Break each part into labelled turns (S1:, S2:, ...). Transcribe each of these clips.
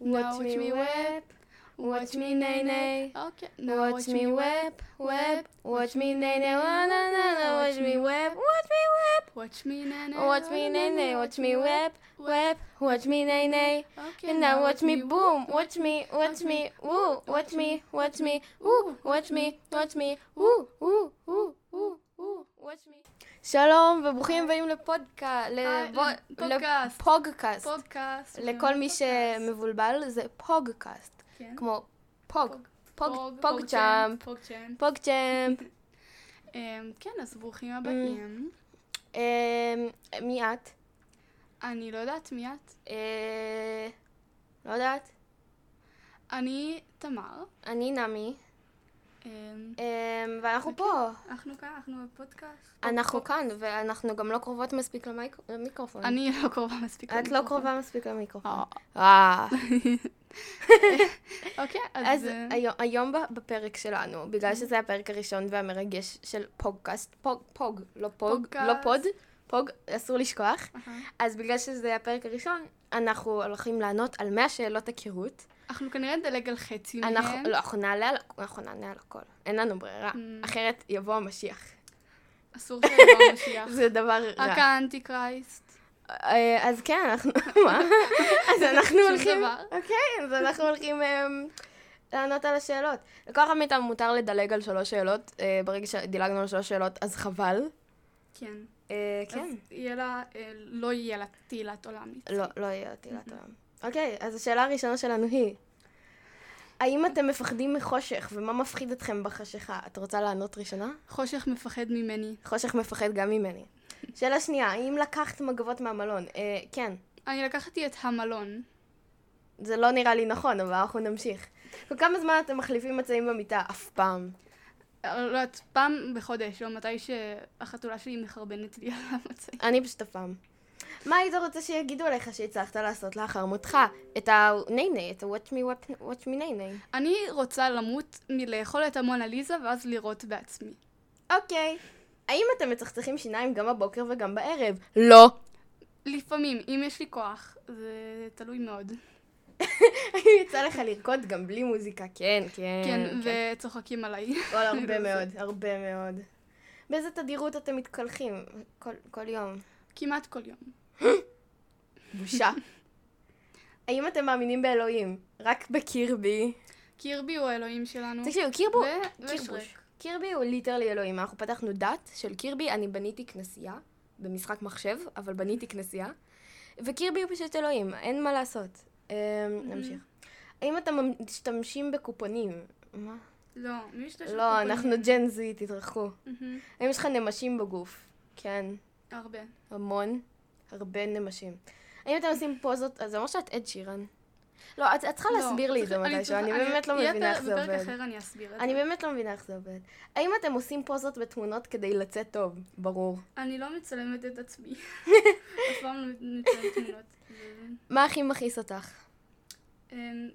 S1: Watch me whip, watch me nay nay.
S2: Okay.
S1: Watch me whip, whip, watch me nay nay. Wa na na na. Watch me whip, watch me whip.
S2: Watch me nay nay.
S1: Watch me nay nay. Watch me whip, whip, watch me nay nay.
S2: Okay.
S1: And now watch me boom, watch me, watch me, woo, watch me, watch me, woo, watch me, watch me, woo, woo, woo, woo, woo, watch me. שלום וברוכים הבאים לפודקאסט,
S2: אה, לפודקאסט.
S1: לפוגקאסט,
S2: פודקאסט.
S1: לכל מי שמבולבל זה פוגקאסט,
S2: כן.
S1: כמו פוג,
S2: פוג.
S1: פוג, פוג צ'אמפ,
S2: פוג צ'אמפ.
S1: פוג צ'אמפ.
S2: אמ, כן, אז ברוכים
S1: Mm.
S2: הבאים.
S1: אמ, מי את?
S2: אני לא יודעת מי את.
S1: אה, לא יודעת.
S2: אני תמר.
S1: אני נמי,
S2: אמ,
S1: אמ, ואנחנו פה.
S2: אנחנו כאן, אנחנו בפודקאסט.
S1: אנחנו כאן, ואנחנו גם לא קרובות מספיק למייק- למיקרופון.
S2: אני לא קרובה מספיק.
S1: את לא
S2: למיקרופון.
S1: קרובה מספיק למיקרופון.
S2: אה.
S1: אה.
S2: אוקיי, אז...
S1: אז
S2: אה,
S1: היום- היום ב- בפרק שלנו, בגלל שזה הפרק הראשון והמרגש של פודקאסט, פוג, פוג, לא פוג,
S2: פודקאסט.
S1: לא פוד, פוג, אסור לשכוח,
S2: אהה.
S1: אז בגלל שזה הפרק הראשון, אנחנו הולכים לענות על 100 שאלות היכרות.
S2: אנחנו כנראה נדלג על חצי מהן.
S1: אנחנו, לא, אנחנו נעלה על, אנחנו נענה על הכל, אין לנו ברירה,
S2: Mm.
S1: אחרת יבוא המשיח.
S2: אסור שיבוא המשיח.
S1: זה דבר
S2: אה. רק
S1: רע.
S2: האנטי קרייסט.
S1: אה, אז כן, אנחנו... מה? אז אנחנו
S2: שום
S1: הולכים...
S2: דבר.
S1: אוקיי, אז אנחנו הולכים אמ, לענות על השאלות. לכל אחד מאיתנו מותר לדלג על שלוש שאלות. אה, ברגע שדילגנו על שלוש שאלות, אז חבל.
S2: כן.
S1: אה, כן.
S2: אז יהיה לה, אה, לא יהיה לה תהילת עולם. נצחית.
S1: לא, לא יהיה עתירת עולם. אוקיי, אז השאלה הראשונה שלנו היא, האם אתם מפחדים מחושך, ומה מפחיד אתכם בחשיכה? את רוצה לענות ראשונה?
S2: חושך מפחד ממני.
S1: חושך מפחד גם ממני. שאלה שנייה, האם לקחת מגבות מהמלון? אה, כן.
S2: אני לקחתי את המלון.
S1: זה לא נראה לי נכון, אבל אנחנו נמשיך. כל כמה זמן אתם מחליפים מצעים במיטה? אף פעם.
S2: אה, לא יודעת, פעם בחודש, או מתי שהחתולה שלי מחרבנת לי על המצעים.
S1: אני פשוט אף פעם. מה היית רוצה שיגידו עליך שהצלחת לעשות לאחר מותך? את ה-nay-nay, את ה-watch me wap- watch me nay-nay.
S2: אני רוצה למות מלאכול את המונה ליזה ואז לירות בעצמי.
S1: אוקיי. האם אתם מצחצחים שיניים גם בבוקר וגם בערב? לא.
S2: לפעמים, אם יש לי כוח, זה תלוי מאוד.
S1: האם יצא לך לרקוד גם בלי מוזיקה? כן, כן. לא
S2: כן, וצוחקים עליי. לא
S1: וואלה, הרבה מאוד, הרבה מאוד. באיזה תדירות אתם מתקלחים? כל- כל יום.
S2: כמעט כל יום.
S1: בושה. האם אתם מאמינים באלוהים? רק בקירבי.
S2: קירבי הוא האלוהים שלנו.
S1: תקשיבו, קירבו,
S2: ו-
S1: קירבוש.
S2: ושרק.
S1: קירבי הוא ליטרלי אלוהים. אנחנו פתחנו דת של קירבי, אני בניתי כנסייה, במשחק מחשב, אבל בניתי כנסייה. וקירבי הוא פשוט אלוהים, אין מה לעשות. אמ,
S2: Mm-hmm.
S1: נמשיך. האם אתם משתמשים בקופונים? מה?
S2: לא, מי יש לו
S1: לא, אנחנו ג'ן זי, תתרחקו. האם יש לך נמשים בגוף? כן,
S2: הרבה.
S1: המון, הרבה נמשים. האם אתם עושים פוזות, אז זה אומר שאת עד שירן. לא, את את צריכה
S2: לא,
S1: להסביר לי את זה
S2: צריך- אני
S1: מתישהו,
S2: צריכה-
S1: אני באמת לא
S2: יהיה
S1: מבינה
S2: פר-
S1: איך זה
S2: בפרק
S1: עובד.
S2: אחר אני אסביר את
S1: אני
S2: זה.
S1: באמת לא מבינה איך זה עובד. האם אתם עושים פוזות בתמונות כדי לצאת טוב? ברור.
S2: אני לא מצלמת את עצמי. אף פעם לא מצלמת תמונות. זה-
S1: מה הכי מכעיס אותך?
S2: אמ,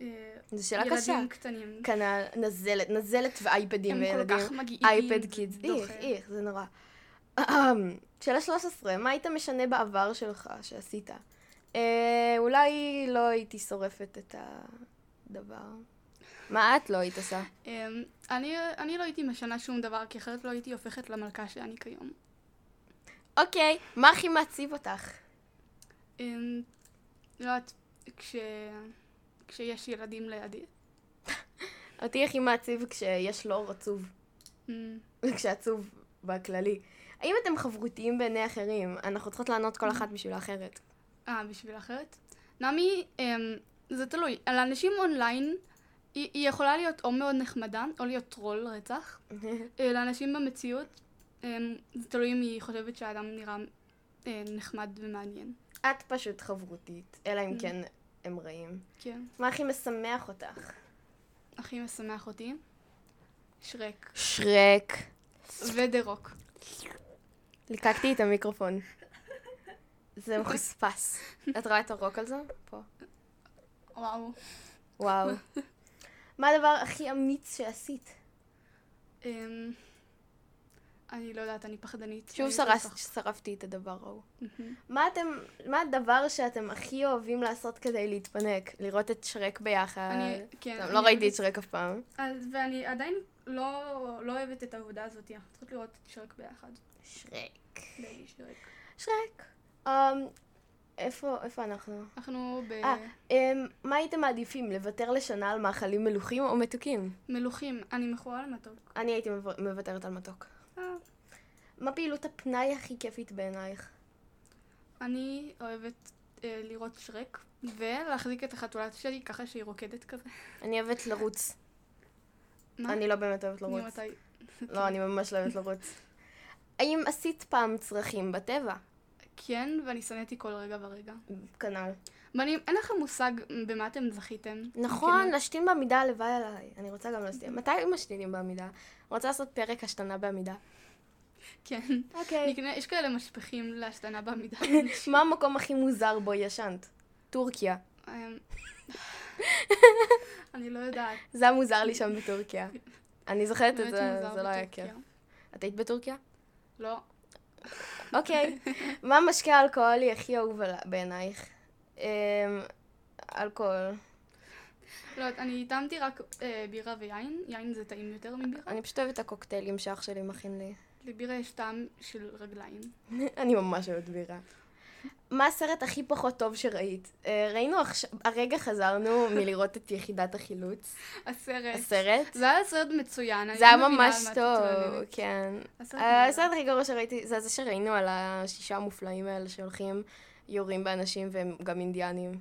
S2: אה,
S1: זו שאלה קשה.
S2: ילדים קטנים.
S1: כנ"ל נזלת, נזלת ואייפדים
S2: הם כל
S1: וילדים.
S2: כך מגעילים.
S1: אייפד קידס. איך,
S2: דוחה.
S1: איך, זה נורא. שאלה 13, מה היית משנה בעבר שלך שעשית? אה, אולי לא הייתי שורפת את הדבר. מה את לא היית עושה?
S2: אמ, אני אני לא הייתי משנה שום דבר, כי אחרת לא הייתי הופכת למלכה שאני כיום.
S1: אוקיי, מה הכי מעציב אותך?
S2: אמ, לא יודעת, כש... כשיש ילדים לידי.
S1: אותי הכי מעציב כשיש לא רצוב.
S2: אמ,
S1: כשעצוב בכללי. האם אתם חברותיים בעיני אחרים? אנחנו צריכות לענות כל אחת בשביל האחרת.
S2: אה, בשביל אחרת? נעמי, אמ, זה תלוי. על אנשים אונליין, היא, היא יכולה להיות או מאוד נחמדה, או להיות טרול רצח. אה, לאנשים במציאות, אמ, זה תלוי אם היא חושבת שהאדם נראה אה, נחמד ומעניין.
S1: את פשוט חברותית, אלא אם כן הם רעים.
S2: כן.
S1: מה הכי משמח אותך?
S2: הכי משמח אותי, שרק
S1: שרק.
S2: ודה רוק.
S1: ליקקתי את המיקרופון. זה מחוספס. את רואה את הרוק על זה? פה.
S2: וואו.
S1: וואו. מה הדבר הכי אמיץ שעשית?
S2: אמ, אני לא יודעת, אני פחדנית.
S1: שוב
S2: אני
S1: שרס-
S2: בטח.
S1: שרפתי את הדבר ההוא.
S2: מהמם.
S1: מה אתם, מה הדבר שאתם הכי אוהבים לעשות כדי להתפנק? לראות את שרק ביחד?
S2: אני, כן.
S1: טוב,
S2: אני
S1: לא ראיתי את
S2: אוהבת-
S1: שרק אף פעם.
S2: אז, ואני עדיין לא, לא אוהבת את העבודה הזאת. אנחנו צריכות לראות את שרק ביחד.
S1: שרק.
S2: בייבי שרק.
S1: שרק. אמ, איפה, איפה אנחנו?
S2: אנחנו
S1: אה, אמ, מה הייתם מעדיפים, לוותר לשנה על מאכלים מלוכים או מתוקים?
S2: במלוכים. אני מכורה למתוק.
S1: אני הייתי מוו- מוותרת על מתוק.
S2: אה,
S1: מה פעילות הפנאי הכי כיפית בעינייך?
S2: אני אוהבת אה, לראות שרק, ולהחזיק את החתולה שלי ככה שהיא רוקדת כזה.
S1: אני אוהבת לרוץ.
S2: מה?
S1: אני לא באמת אוהבת לרוץ.
S2: ממתי?
S1: לא, אני ממש לא אוהבת לרוץ. האם עשית פעם צרכים בטבע?
S2: כן, ואני שנאתי כל רגע ורגע.
S1: כנ"ל.
S2: ואני, אין לכם מושג במה אתם זכיתם.
S1: נכון,
S2: כאילו,
S1: להשתין בעמידה הלוואי עליי. אני רוצה גם להשתין. מתי משתינים בעמידה? אני רוצה לעשות פרק השתנה בעמידה.
S2: כן.
S1: אוקיי.
S2: נקנה- יש כאלה משפכים להשתנה בעמידה.
S1: כאילו, מה המקום הכי מוזר בו ישנת? טורקיה.
S2: אמ, אני לא יודעת.
S1: זה היה מוזר לי שם בטורקיה. אני זוכרת את
S2: באמת
S1: זה,
S2: מוזר
S1: זה לא היה
S2: בטורקיה.
S1: כיף. את היית בטורקיה?
S2: לא.
S1: אוקיי. מה המשקה האלכוהולי הכי אהוב על- בעינייך? אמ, אלכוהול.
S2: לא, אני טעמתי רק אה, בירה ויין. יין זה טעים יותר מבירה.
S1: אני פשוט אוהבת את הקוקטיילים שאח שלי מכין לי.
S2: לבירה יש טעם של רגליים.
S1: אני ממש אוהבת בירה. מה הסרט הכי פחות טוב שראית? אה, ראינו עכשיו, הרגע חזרנו מלראות את יחידת החילוץ, כן.
S2: הסרט.
S1: הסרט.
S2: זה היה סרט מצוין. אני
S1: זה היה
S2: לא מבינה
S1: ממש
S2: על מה את
S1: טוב,
S2: מתלוננת.
S1: כן.
S2: הסרט
S1: הסרט
S2: נהדר.
S1: הכי גרוע שראיתי, זה זה שראינו על השישה המופלאים האלה שהולכים, יורים באנשים והם גם אינדיאנים.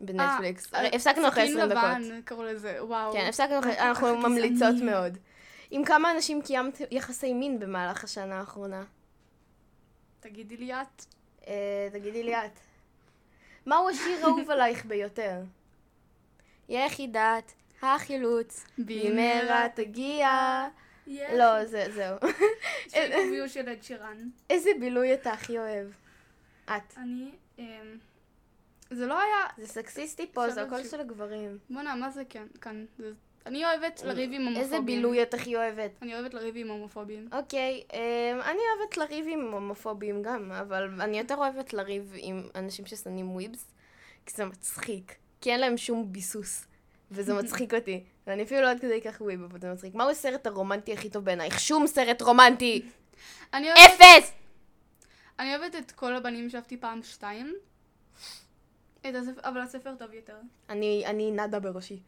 S1: בנטפליקס.
S2: אה,
S1: הפסקנו אחרי
S2: סכין
S1: 20 דקות.
S2: לבן, קראו לזה, וואו.
S1: כן, הפסקנו אחרי,
S2: כל כך
S1: אנחנו
S2: אה, גזעני.
S1: ממליצות מאוד. עם כמה אנשים קיימת יחסי מין במהלך השנה האחרונה?
S2: תגידי לי את.
S1: אה, תגידי לי את. מהו השיר האהוב עלייך ביותר? יחידת החילוץ, במהרה תגיע. לא, זה- זהו.
S2: יש לי קוביו של עד שירן.
S1: איזה בילוי אתה הכי אוהב? את.
S2: אני... אמ, זה לא היה...
S1: זה סקסיסטי פה, זה
S2: שלוש.
S1: הכל של הגברים.
S2: בואנה, מה זה כן? כאן. זה- אני אוהבת לריב עם הומופובים.
S1: איזה בילוי את הכי אוהבת?
S2: אני אוהבת לריב עם הומופובים.
S1: אוקיי, אמ, אני אוהבת לריב עם הומופובים גם, אבל אני יותר אוהבת לריב עם אנשים ששונאים וויבס, כי זה מצחיק. כי אין להם שום ביסוס, וזה מצחיק אותי. ואני אפילו לא עד כדי כך וויב, אבל זה מצחיק. מהו הסרט הרומנטי הכי טוב בעינייך? שום סרט רומנטי!
S2: אני אוהבת-
S1: אפס!
S2: אני אוהבת את כל הבנים שאהבתי פעם שתיים. את הספר- אבל הספר טוב יותר.
S1: אני, אני נדה בראשי.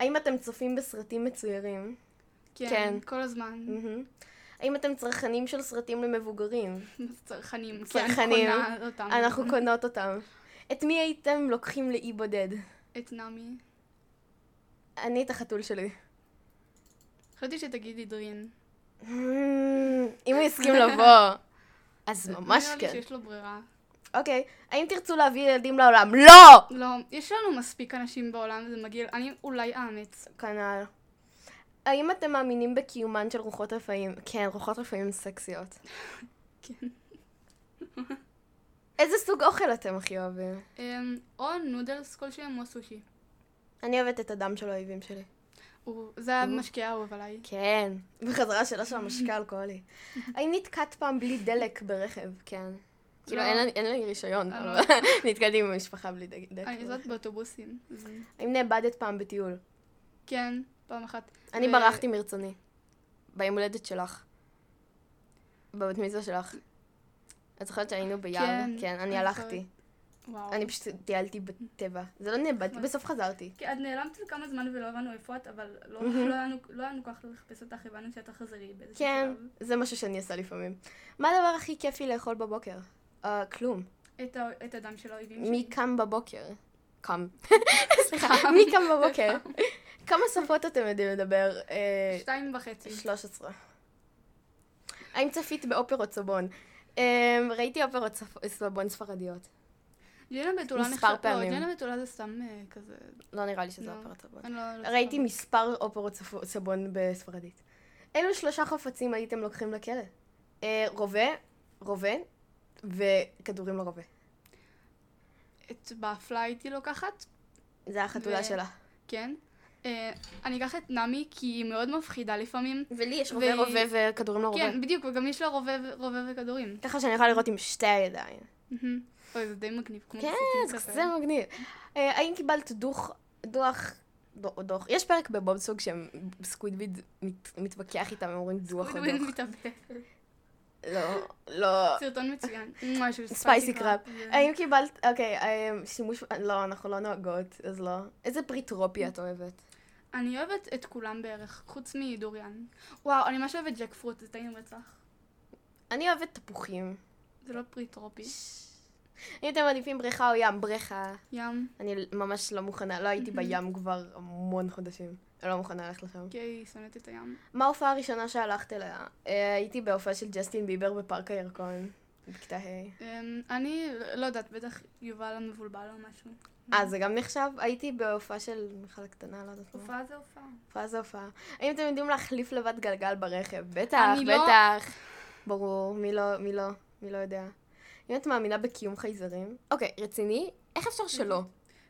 S1: האם אתם צופים בסרטים מצוירים? כן.
S2: כן. כל הזמן.
S1: מהמם. האם אתם צרכנים של סרטים למבוגרים?
S2: צרכנים.
S1: Mm. צרכנים.
S2: כי אני קונה אותם.
S1: אנחנו קונות אותם. את מי הייתם לוקחים לאי בודד?
S2: את נעמי.
S1: אני את החתול שלי.
S2: חשבתי שתגידי דרין.
S1: אם הוא יסכים לבוא, אז ממש
S2: נראה לי
S1: כן.
S2: שיש לו ברירה.
S1: אוקיי, האם תרצו להביא ילדים לעולם? לא!
S2: לא, יש לנו מספיק אנשים בעולם, וזה מגעיל. אני אולי אאמץ.
S1: כנ"ל. האם אתם מאמינים בקיומן של רוחות רפאים? כן, רוחות רפאים סקסיות.
S2: כן.
S1: איזה סוג אוכל אתם הכי אוהבים?
S2: אמ, או נודלס כלשהם או סושי.
S1: אני אוהבת את הדם של האויבים שלי.
S2: הוא- זה המשקיע האהוב עליי.
S1: כן. בחזרה השאלה של המשקה האלכוהולי. האם נתקעת פעם בלי דלק ברכב? כן. כאילו,
S2: לא.
S1: אין לי- אין לי רישיון,
S2: אה, לא.
S1: אבל נתקעתי עם המשפחה בלי דג- דלק.
S2: אני זאת באוטובוסים. זה-
S1: האם נאבדת פעם בטיול?
S2: כן, פעם אחת.
S1: אני
S2: ו-
S1: ברחתי מרצוני. ביום הולדת שלך. בבת מצווה שלך. את זוכרת שהיינו ביער?
S2: כן,
S1: כן, אני
S2: אני
S1: הלכתי.
S2: וואו.
S1: אני פשוט טיילתי בטבע. זה לא נאבדתי,
S2: נכון.
S1: בסוף חזרתי.
S2: כן, את נעלמת לכמה זמן ולא הבנו איפה את, אבל לא לא היה לנו- לא היה לנו כוח לחפש אותך, הבנו שאת החזרי באיזשהו
S1: כן,
S2: שלב.
S1: זה משהו שאני עושה לפעמים. מה הדבר הכי כיפי לאכול בבוקר? אה, כלום.
S2: את ה- את הדם של האויבים שלי.
S1: מי קם בבוקר? קם. סליחה, מי קם בבוקר? כמה שפות אתם יודעים לדבר? אה,
S2: שתיים וחצי.
S1: 13. האם צפית באופרות סבון? אמ, ראיתי אופרות ספ- סבון ספרדיות.
S2: ג'ינה בתולה
S1: מספר
S2: נחשב... לא,
S1: פעמים.
S2: ג'ינה בתולה זה סתם אה, כזה...
S1: לא נראה לי שזה
S2: לא.
S1: אופרות סבון.
S2: אני לא... לא
S1: ראיתי
S2: זוכרת.
S1: מספר אופרות ספ- סבון בספרדית. אילו שלושה חפצים הייתם לוקחים לכלא? אה, רובה, רובה וכדורים לרובה.
S2: את באפלה הייתי לוקחת,
S1: זה החתולה
S2: ו-
S1: שלה.
S2: כן. אה, אני אקח את נעמי כי היא מאוד מפחידה לפעמים.
S1: ולי יש
S2: והיא-
S1: רובה רובה וכדורים לרובה.
S2: כן, בדיוק, וגם יש לה רובה ו- רובה וכדורים.
S1: ככה שאני יכולה לראות עם שתי הידיים.
S2: מהמם. אוי, זה די מגניב. כמו
S1: כן,
S2: בסרטים
S1: אז
S2: כזה.
S1: זה מגניב. אה, האם קיבלת דוח, דוח, דוח, דוח, יש פרק בבובסוג שסקווידוויד מת- מתווכח איתם, הם אומרים דוח או
S2: הוא תמיד
S1: דוח.
S2: מתאבד.
S1: לא, לא.
S2: סרטון מצוין. ממש, של
S1: ספייסי קראפ.
S2: זה-
S1: האם קיבלת, אוקיי, אה, שימוש, לא, אנחנו לא נוהגות, אז לא. איזה פרי טרופי את אוהבת?
S2: אני אוהבת את כולם בערך, חוץ מדוריאן. וואו, אני ממש אוהבת ג'ק פרוט, זה טעים רצח.
S1: אני אוהבת תפוחים.
S2: זה לא פרי טרופי.
S1: אם אתם מעדיפים בריכה או ים, בריכה.
S2: ים,
S1: אני ממש לא מוכנה, לא הייתי
S2: מהמם.
S1: בים כבר המון חודשים. אני לא מוכנה ללכת לשם.
S2: גיי, שונאת את הים.
S1: מה ההופעה הראשונה שהלכת אליה? אה, הייתי בהופעה של ג'סטין ביבר בפארק הירקון, בכיתה ה'.
S2: אמ, אני לא יודעת, בטח יובל המבולבל או משהו.
S1: אה, זה גם נחשב? הייתי בהופעה של מיכל הקטנה, לא יודעת מה.
S2: הופעה זה הופעה.
S1: הופעה זה הופעה. האם אתם יודעים להחליף לבד גלגל ברכב? בטח,
S2: אני לא-
S1: בטח. ברור, מי לא, מי לא, מי לא יודע. אם את מאמינה בקיום חייזרים? אוקיי, רציני? איך אפשר שלא?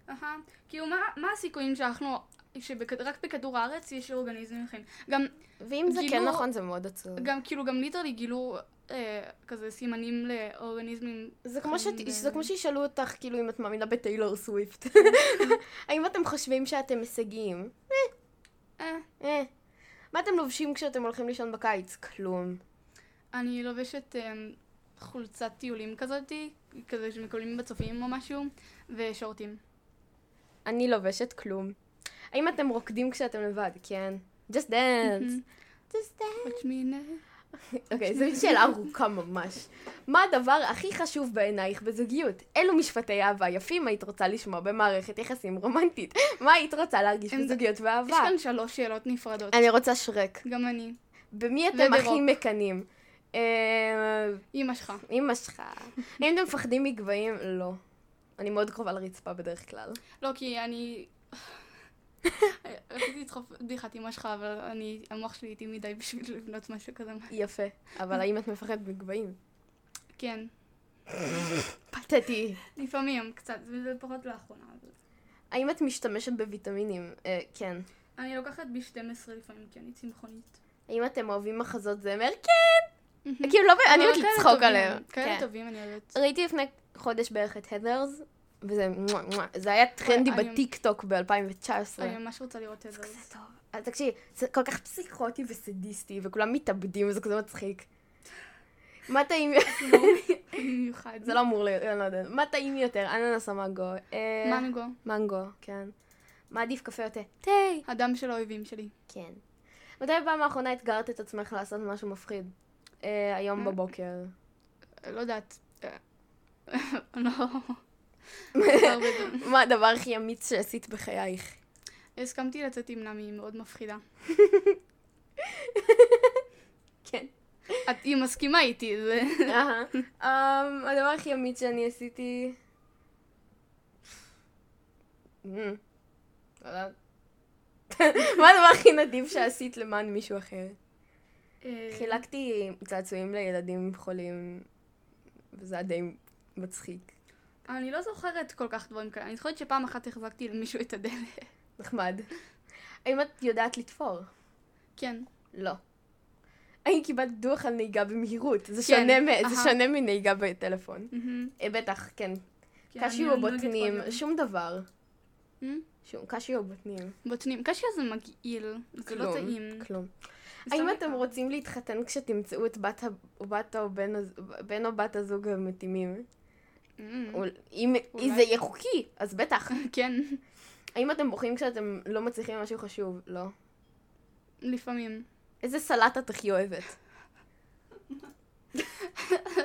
S2: אהה. כאילו, מה- מה הסיכויים שאנחנו, שרק בכדור הארץ יש אורגניזמים חיים? גם,
S1: ואם זה כן
S2: גילו-
S1: נכון, זה מאוד עצוב.
S2: כאילו- גם, כאילו, גם ליטרלי גילו אה, כזה סימנים לאורגניזמים.
S1: זה כמו, שת...
S2: חיים ב-
S1: זה כמו שישאלו אותך, כאילו, אם את מאמינה בטיילור סוויפט. האם אתם חושבים שאתם הישגיים?
S2: אה,
S1: אה. מה אתם לובשים כשאתם הולכים לישון בקיץ? כלום.
S2: אני לובשת אמ, חולצת טיולים כזאתי, כזה שמקבלים בצופים או משהו, ושורטים.
S1: אני לובשת כלום. האם אתם רוקדים כשאתם לבד? כן. Just dance.
S2: Mm-hmm.
S1: Just dance.
S2: בת שמינה.
S1: אוקיי, זו שאלה ארוכה ממש. מה הדבר הכי חשוב בעינייך בזוגיות? אילו משפטי אהבה יפים היית רוצה לשמוע במערכת יחסים רומנטית? מה היית רוצה להרגיש
S2: אין-
S1: בזוגיות
S2: יש
S1: ואהבה?
S2: כאן שלוש שאלות נפרדות.
S1: אני רוצה שרק.
S2: גם אני.
S1: במי אתם
S2: ודה-רוק.
S1: הכי מקנאים? אה,
S2: אמא שלך.
S1: אמא שלך. האם אתם מפחדים מגבהים? לא. אני מאוד קרובה לרצפה בדרך כלל.
S2: לא, כי אני... רציתי לדחוף בדיחת אמא שלך, אבל אני, המוח שלי איטי מדי בשביל לבנות משהו כזה.
S1: יפה, אבל האם את מפחדת מגבהים?
S2: כן,
S1: פתטי.
S2: לפעמים, קצת, וזה פחות לאחרונה. אבל-
S1: האם את משתמשת בוויטמינים? אה, כן.
S2: אני לוקחת ב-12 לפעמים, כי אני צמחונית.
S1: האם אתם אוהבים מחזות זמר? כן! כאילו, לא, אני
S2: אבל
S1: אוהבת
S2: כאלה
S1: לצחוק
S2: טובים,
S1: עליהם.
S2: כאלה
S1: כן.
S2: טובים אני אוהבת.
S1: ראיתי לפני חודש בערך את הדרס, וזה מואה, מואה. זה היה טרנדי
S2: אני-
S1: בטיקטוק ב-2019.
S2: אני ממש רוצה לראות את זה.
S1: כזה טוב. אז תקשיבי, זה כל כך פסיכוטי וסדיסטי, וכולם מתאבדים, וזה כזה מצחיק. מה טעים...
S2: במיוחד.
S1: זה לא אמור להיות, אני לא יודעת. מה טעים יותר? אננס או מנגו? אה,
S2: מנגו,
S1: מנגו, כן. מה עדיף קפה או תה? תה!
S2: הדם של האויבים שלי.
S1: כן. מתי בפעם האחרונה אתגרת את עצמך לעשות משהו מפחיד? אה, היום
S2: אה?
S1: בבוקר.
S2: אה, לא יודעת. אה, לא. לא הרבה זמן.
S1: מה הדבר הכי אמיץ שעשית בחייך?
S2: הסכמתי לצאת עם נעמי, היא מאוד מפחידה.
S1: כן.
S2: את, היא מסכימה איתי, זה...
S1: אהה. אמ, הדבר הכי אמיץ שאני עשיתי... אמ, לא יודעת. מה הדבר הכי נדיב שעשית למען מישהו אחר? חילקתי צעצועים לילדים חולים, וזה היה די מצחיק.
S2: אני לא זוכרת כל כך דברים כאלה. אני זוכרת שפעם אחת החזקתי למישהו את הדלת.
S1: נחמד. האם את יודעת לתפור?
S2: כן.
S1: לא. האם קיבלת דוח על נהיגה במהירות? זה
S2: כן,
S1: שונה מ- זה
S2: אהה.
S1: שונה מנהיגה בטלפון.
S2: מהמם.
S1: אה, בטח, כן.
S2: כן,
S1: קשיו
S2: אני
S1: או
S2: נוהגת
S1: בוטנים,
S2: כל יום.
S1: שום דבר.
S2: מ?
S1: שום, קשיו או בוטנים.
S2: בוטנים. קשיה זה מגעיל. זה לא
S1: כלום,
S2: טעים.
S1: כלום.
S2: זה
S1: האם
S2: סתם
S1: אתם
S2: יקר.
S1: רוצים להתחתן כשתמצאו את בת ה- בת או בן הז- בן או בת הזוג המתאימים?
S2: מ,
S1: אול- אם
S2: Mm-hmm. אולי.
S1: אם זה יהיה חוקי, אז בטח.
S2: כן.
S1: האם אתם בוכים כשאתם לא מצליחים במשהו חשוב? לא.
S2: לפעמים.
S1: איזה סלט את הכי אוהבת?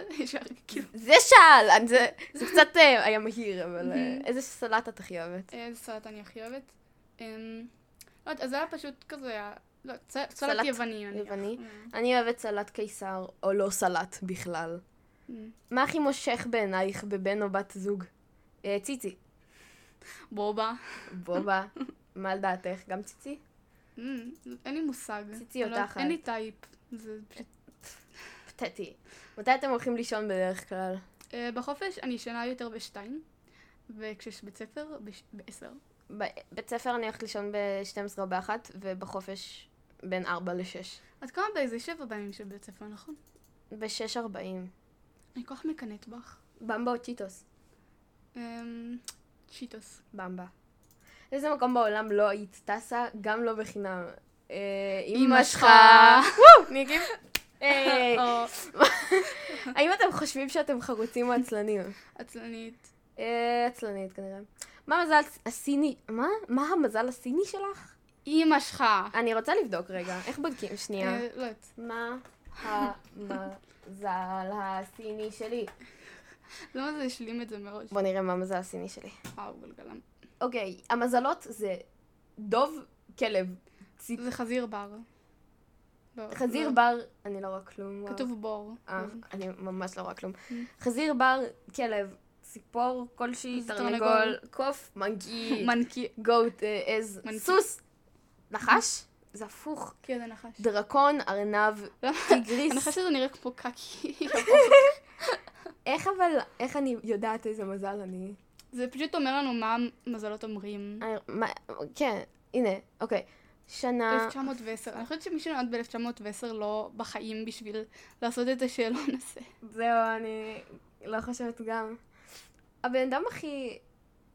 S2: ישר, כאילו,
S1: זה שאל! אני- זה זה קצת אה, היה מהיר, אבל אה, איזה סלט את הכי אוהבת?
S2: אה, איזה סלט אני הכי אוהבת? אמ, לא יודעת, אז זה היה פשוט כזה, היה- לא, סל-
S1: סלט
S2: סלט יווני. נניח.
S1: יווני.
S2: אה,
S1: אני אוהבת סלט קיסר, או לא סלט בכלל.
S2: מ.
S1: מה הכי מושך בעינייך בבן או בת זוג? אה, ציצי.
S2: בובה.
S1: בובה. מה על דעתך? גם ציצי?
S2: מ, אין לי מושג.
S1: ציצי או
S2: אני לא יודעת,
S1: תחת.
S2: אין לי טייפ. זה פשוט...
S1: פתטי. מתי אתם הולכים לישון בדרך כלל?
S2: אה, בחופש אני ישנה יותר בשתיים. וכשיש בית ספר, בש- בעשר.
S1: ב- בית ספר אני הולכת לישון ב-12 או ב-1, ובחופש בין 4 ל-6.
S2: את קמה באיזה שבע בימים של בית ספר, נכון?
S1: ב-6.40.
S2: אני כל כך מקנאת בך.
S1: במבה או צ'יטוס?
S2: אמ, צ'יטוס.
S1: במבה. איזה מקום בעולם לא היית טסה, גם לא בחינם. אה,
S2: אמא
S1: אמא
S2: שלך.
S1: שלך. אני אגיב. היי.
S2: או
S1: אה, האם אתם חושבים שאתם חרוצים או עצלנים?
S2: עצלנית.
S1: אה, עצלנית כנראה. מה המזל הסיני? מה? מה המזל הסיני שלך?
S2: אמא שלך.
S1: אני רוצה לבדוק רגע. איך בודקים? שנייה.
S2: אה, לא יודעת.
S1: מה המזל הסיני שלי?
S2: למה זה השלים את זה מראש?
S1: בוא נראה מה המזל הסיני שלי.
S2: וואו, גלגלם.
S1: אוקיי, המזלות זה דוב, כלב, ציפ...
S2: זה חזיר בר. לא,
S1: חזיר
S2: לא.
S1: בר, אני לא רואה כלום. וואו.
S2: כתוב בור.
S1: אה,
S2: אז
S1: אני ממש לא רואה כלום. חזיר בר, כלב, ציפור כלשהי,
S2: אז
S1: תרנגול,
S2: תרנגול.
S1: קוף, מנקי,
S2: מנקי.
S1: גוט, אה, עז,
S2: מנקי.
S1: סוס, נחש, זה הפוך,
S2: כן, זה נחש.
S1: דרקון, ארנב,
S2: למה? הנחש
S1: טיגריס.
S2: הזה נראה כמו קקי.
S1: איך אבל, איך אני יודעת איזה מזל אני?
S2: זה פשוט אומר לנו מה המזלות אומרים.
S1: אה, מה- כן, הנה, אוקיי. שנה,
S2: 1910. אני חושבת שמי שנולד ב-1910 לא בחיים בשביל לעשות את השאלון הזה.
S1: זהו, אני לא חושבת גם. הבן אדם הכי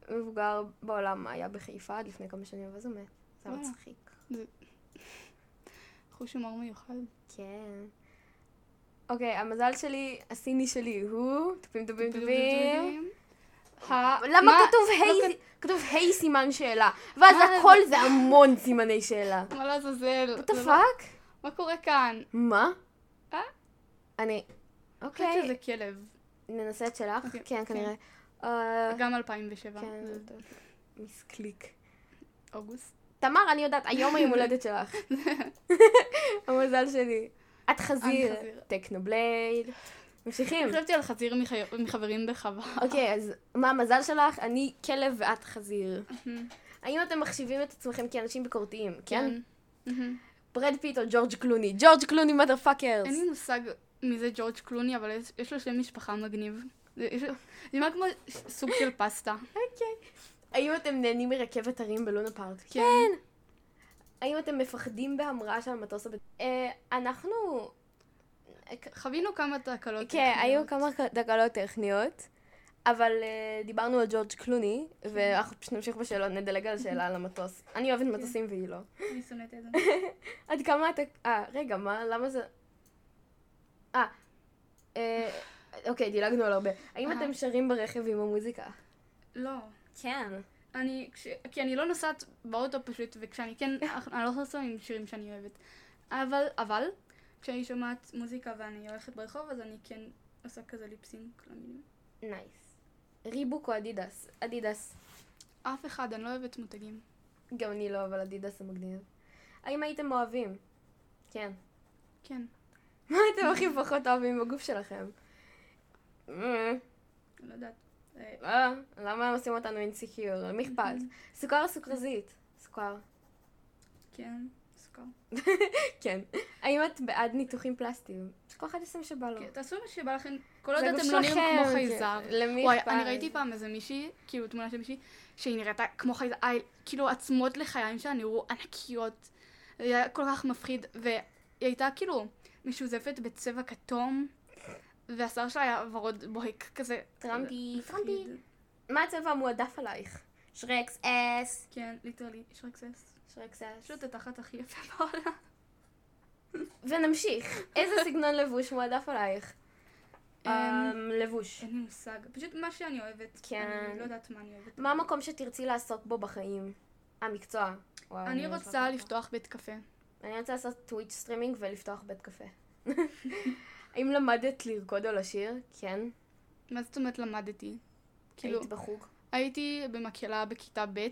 S1: מבוגר בעולם היה בחיפה עד לפני כמה שנים, ואז הוא מת. זה היה
S2: וואלה.
S1: מצחיק.
S2: חוש הומור מיוחד.
S1: כן. אוקיי, המזל שלי, הסיני שלי הוא... טובים טובים טובים.
S2: ה-
S1: למה
S2: מה-
S1: כתוב
S2: לא
S1: היי? כתוב היי סימן
S2: אה,
S1: שאלה. ואז
S2: מה?
S1: הכל זה המון סימני שאלה.
S2: כת- מה לעזאזל?
S1: What the
S2: זה לא-
S1: fuck?
S2: מה קורה כאן?
S1: מה?
S2: אה?
S1: אני...
S2: אני חושבת
S1: אוקיי,
S2: שזה כלב.
S1: ננסה את שלך?
S2: אוקיי,
S1: כן,
S2: כן.
S1: כנראה. אה,
S2: גם 2007.
S1: כן,
S2: זה
S1: טוב. מסקליק.
S2: אוגוסט.
S1: תמר, אני יודעת, היום היום הולדת שלך. המזל שלי. את חזיר.
S2: חזיר.
S1: טכנובלייד. ממשיכים.
S2: חשבתי על חזיר מחי- מחברים בחווה.
S1: אוקיי, אז מה המזל שלך? אני כלב ואת חזיר. האם אתם מחשיבים את עצמכם כאנשים ביקורתיים? כן?
S2: מהמם.
S1: ברד פיט או ג'ורג' קלוני? ג'ורג' קלוני מדר פאקרס.
S2: אין לי מושג מי זה ג'ורג' קלוני, אבל יש- יש לו שם משפחה מגניב. זה יש לו- זה נראה כמו ש- סוג של פסטה.
S1: האם אתם נהנים מרכבת הרים בלונה פארק?
S2: כן.
S1: האם אתם מפחדים בהמראה של המטוס הבט... אה, אנחנו...
S2: חווינו כמה תקלות.
S1: כן, היו
S2: טכניות.
S1: כמה תקלות טכניות, אבל אה, דיברנו על ג'ורג' קלוני, ואנחנו פשוט נמשיך בשאלות, נדלג על השאלה על המטוס. אני אוהבת מטוסים והיא לא.
S2: אני שונאת את זה.
S1: עד כמה אתה... אה, רגע, מה? למה זה... אה, אה, אוקיי, דילגנו על הרבה. האם
S2: אהה.
S1: אתם שרים ברכב עם המוזיקה?
S2: לא.
S1: כן.
S2: אני, כש... כי אני לא נוסעת באוטו פשוט, וכשאני כן, אני לא נוסעת עם שירים שאני אוהבת. אבל, אבל, כשאני שומעת מוזיקה ואני הולכת ברחוב, אז אני כן עושה כזה ליפסינק למילים.
S1: נייס. ריבוק או אדידס? אדידס.
S2: אף אחד, אני לא אוהבת מותגים.
S1: גם אני לא, אבל אדידס זה מגניב. האם הייתם אוהבים? כן.
S2: כן.
S1: מה אתם הכי פחות אוהבים בגוף שלכם? אה.
S2: אני לא יודעת. אה,
S1: אה, למה הם עושים אותנו אינסיקיור? למי אכפת? סוכר או סוכרזית? סוכר.
S2: כן, סוכר.
S1: כן. האם את בעד ניתוחים פלסטיים? שכל אחד ישים שבא לו.
S2: כן, תעשו מה שבא לכם, כל עוד
S1: זה גוף
S2: אתם לא נראים כמו
S1: שלכם,
S2: חייזר.
S1: כן. למי
S2: וואי,
S1: אכפת?
S2: אני ראיתי פעם איזה מישהי, כאילו תמונה של מישהי, שהיא נראתה כמו חייזר, אה, כאילו עצמות לחיים שלה נראו ענקיות. זה היה כל כך מפחיד, והיא הייתה כאילו משוזפת בצבע כתום, והשיער שלה היה ורוד בוהק כזה.
S1: טראמפי,
S2: מפחיד.
S1: טראמפי. מה הצבע המועדף עלייך? שרקס אס.
S2: כן, ליטרלי, יש רק סס.
S1: שרקס אס.
S2: פשוט התחת הכי יפה בעולם.
S1: ונמשיך. איזה סגנון לבוש מועדף עלייך?
S2: אמ, כן.
S1: אמ, לבוש.
S2: אין לי מושג, פשוט מה שאני אוהבת.
S1: כן.
S2: אני לא יודעת מה אני אוהבת.
S1: מה המקום שתרצי לעסוק בו בחיים? המקצוע. וואו,
S2: אני
S1: ממש
S2: רוצה
S1: לא
S2: לפתוח בית קפה.
S1: אני רוצה לעשות טוויץ' סטרימינג ולפתוח בית קפה. האם למדת לרקוד או לשיר? כן.
S2: מה זאת אומרת למדתי? כאילו,
S1: היית בחוג?
S2: הייתי במקהלה בכיתה ב'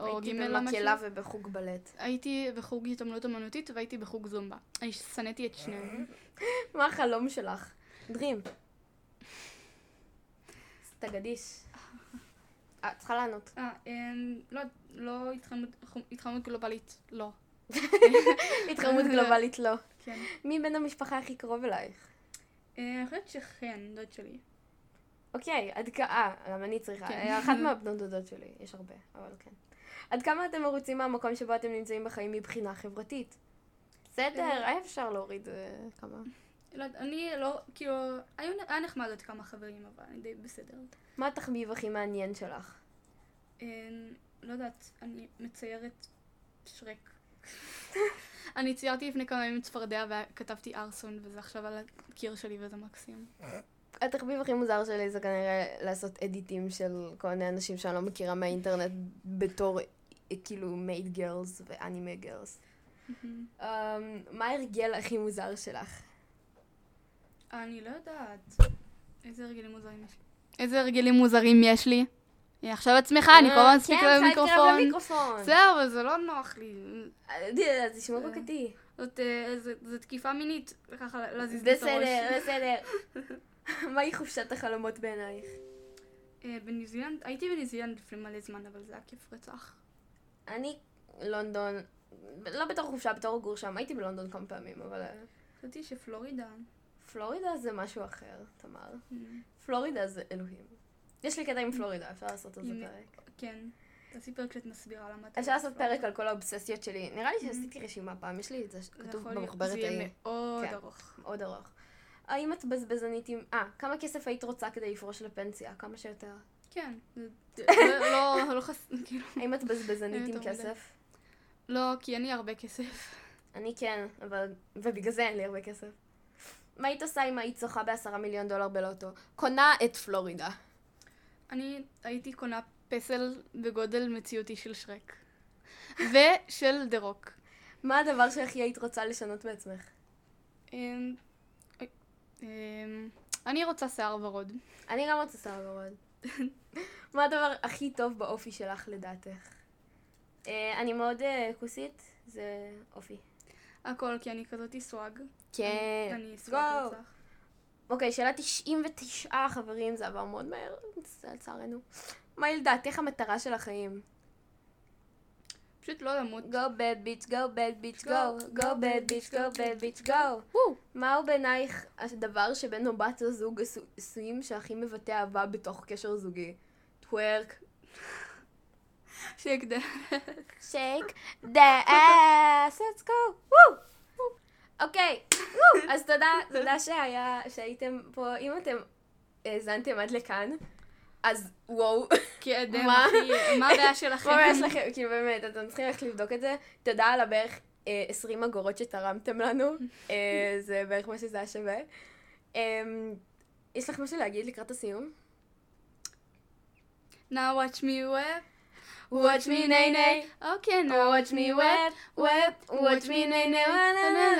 S2: או ג'
S1: הייתי
S2: למשהו.
S1: במקהלה ובחוג בלט.
S2: הייתי בחוג התעמלות אמנותית והייתי בחוג זומבה. אני שנאתי את שניהם.
S1: מה החלום שלך? דרים. סטגדיש. את צריכה לענות.
S2: אה, לא, לא התחממות גלובלית, לא.
S1: התחממות גלובלית לא.
S2: כן. אה,
S1: מי בן המשפחה הכי קרוב אלייך?
S2: אני חושבת שחן, דוד שלי.
S1: אוקיי, עד כאה, גם אני צריכה. אה,
S2: כן.
S1: אחת מהבנות דודות שלי, יש הרבה, אבל כן. עד כמה אתם מרוצים מהמקום שבו אתם נמצאים בחיים מבחינה חברתית? בסדר, היה אפשר להוריד אה, כמה.
S2: לא יודעת, אני לא, כאילו, היו- היה נחמד עוד כמה חברים, אבל אני די בסדר.
S1: מה התחביב הכי מעניין שלך?
S2: אמ, לא יודעת, אני מציירת שרק. אני ציירתי לפני כמה ימים צפרדע וכתבתי ארסון, וזה עכשיו על הקיר שלי וזה מקסים.
S1: התחביב הכי מוזר שלי זה כנראה לעשות אדיטים של כל מיני אנשים שאני לא מכירה מהאינטרנט בתור אה, כאילו מייד גרלס ואנימה גרלס. Mm-hmm. מה ההרגל הכי מוזר שלך?
S2: אני לא יודעת. איזה הרגלים מוזרים יש לי? איזה הרגלים מוזרים יש לי? אה, עכשיו עצמך, אני כל הזמן מספיק
S1: כן, חי קרב
S2: למיקרופון.
S1: למיקרופון.
S2: זהו, אבל זה לא נוח לי.
S1: אה, אז תשמעו בקתי.
S2: זאת אה, זה- זה תקיפה מינית, ככה להזיז לי את הראש.
S1: בסדר, בסדר. מהי חופשת החלומות בעינייך?
S2: אה, בניו זילנד, הייתי בניו זילנד לפני מלא זמן, אבל זה היה כיף רצח.
S1: אני לונדון, לא בתור חופשה, בתור גור שם, הייתי בלונדון כמה פעמים, אבל אה,
S2: חשבתי שפלורידה.
S1: פלורידה זה משהו אחר, תמר.
S2: אה,
S1: פלורידה זה אלוהים. יש לי קטע עם פלורידה, אפשר לעשות על זה
S2: עם-
S1: פרק.
S2: כן. תעשי פרק שאת מסבירה למה אתה...
S1: אפשר לעשות
S2: לא-
S1: פרק על כל האובססיות שלי. נראה לי שעשיתי רשימה פעם, יש לי את זה ש-
S2: זה
S1: כתוב
S2: Mm-hmm. יכול להיות-
S1: במחברת
S2: זה יהיה
S1: ההיא.
S2: מאוד
S1: כן.
S2: ארוך.
S1: מאוד ארוך. האם את בזבזנית עם... אה, כמה כסף היית רוצה כדי לפרוש לפנסיה? כמה שיותר.
S2: כן. זה- זה- זה לא- לא חס... כאילו...
S1: האם את בזבזנית
S2: אין
S1: עם
S2: יותר מדי.
S1: כסף?
S2: לא, כי אין לי הרבה כסף.
S1: אני כן, אבל... ובגלל זה אין לי הרבה כסף. מה היית עושה אם היית זוכה בעשרה מיליון דולר בלוטו? קונה את פלורידה.
S2: אני הייתי קונה פסל בגודל מציאותי של שרק. ושל דה רוק.
S1: מה הדבר שהכי היית רוצה לשנות בעצמך?
S2: אמ, אוי, אמ, אני רוצה שיער ורוד.
S1: אני גם רוצה שיער ורוד. מה הדבר הכי טוב באופי שלך לדעתך? אה, אני מאוד אה, כוסית, זה אופי.
S2: הכל, כי אני כזאתי סוואג.
S1: כן.
S2: אני סוואג
S1: וואו.
S2: רצח.
S1: אוקיי, שאלה 99 חברים, זה עבר מאוד מהר, זה לצערנו. מה היא לדעתך המטרה של החיים?
S2: פשוט לא למות.
S1: Go bad bitch, go bad bitch, go, go bad bitch, go bad bitch, go. מהו בעינייך הדבר שבן או בת הזוג עשו- עשויים שהכי מבטא אהבה בתוך קשר זוגי? טוורק,
S2: שיגדל.
S1: shake the ass, let's go, וואו! אוקיי, וואו. אז תודה, תודה שהיה, שהייתם פה. אם אתם האזנתם עד לכאן, אז וואו,
S2: כי אדם,
S1: מה?
S2: אחי, מה הבעיה שלכם?
S1: מה יש לכם? כאילו באמת, אתם צריכים ללכת לבדוק את זה. תודה על הבערך אה, 20 אגורות שתרמתם לנו, אה, זה בערך מה שזה היה שווה. אמ, יש לך משהו להגיד לקראת הסיום?
S2: Now watch me whip. Watch me nay nay. Okay, now watch me whip. Whip. Watch me nay nay.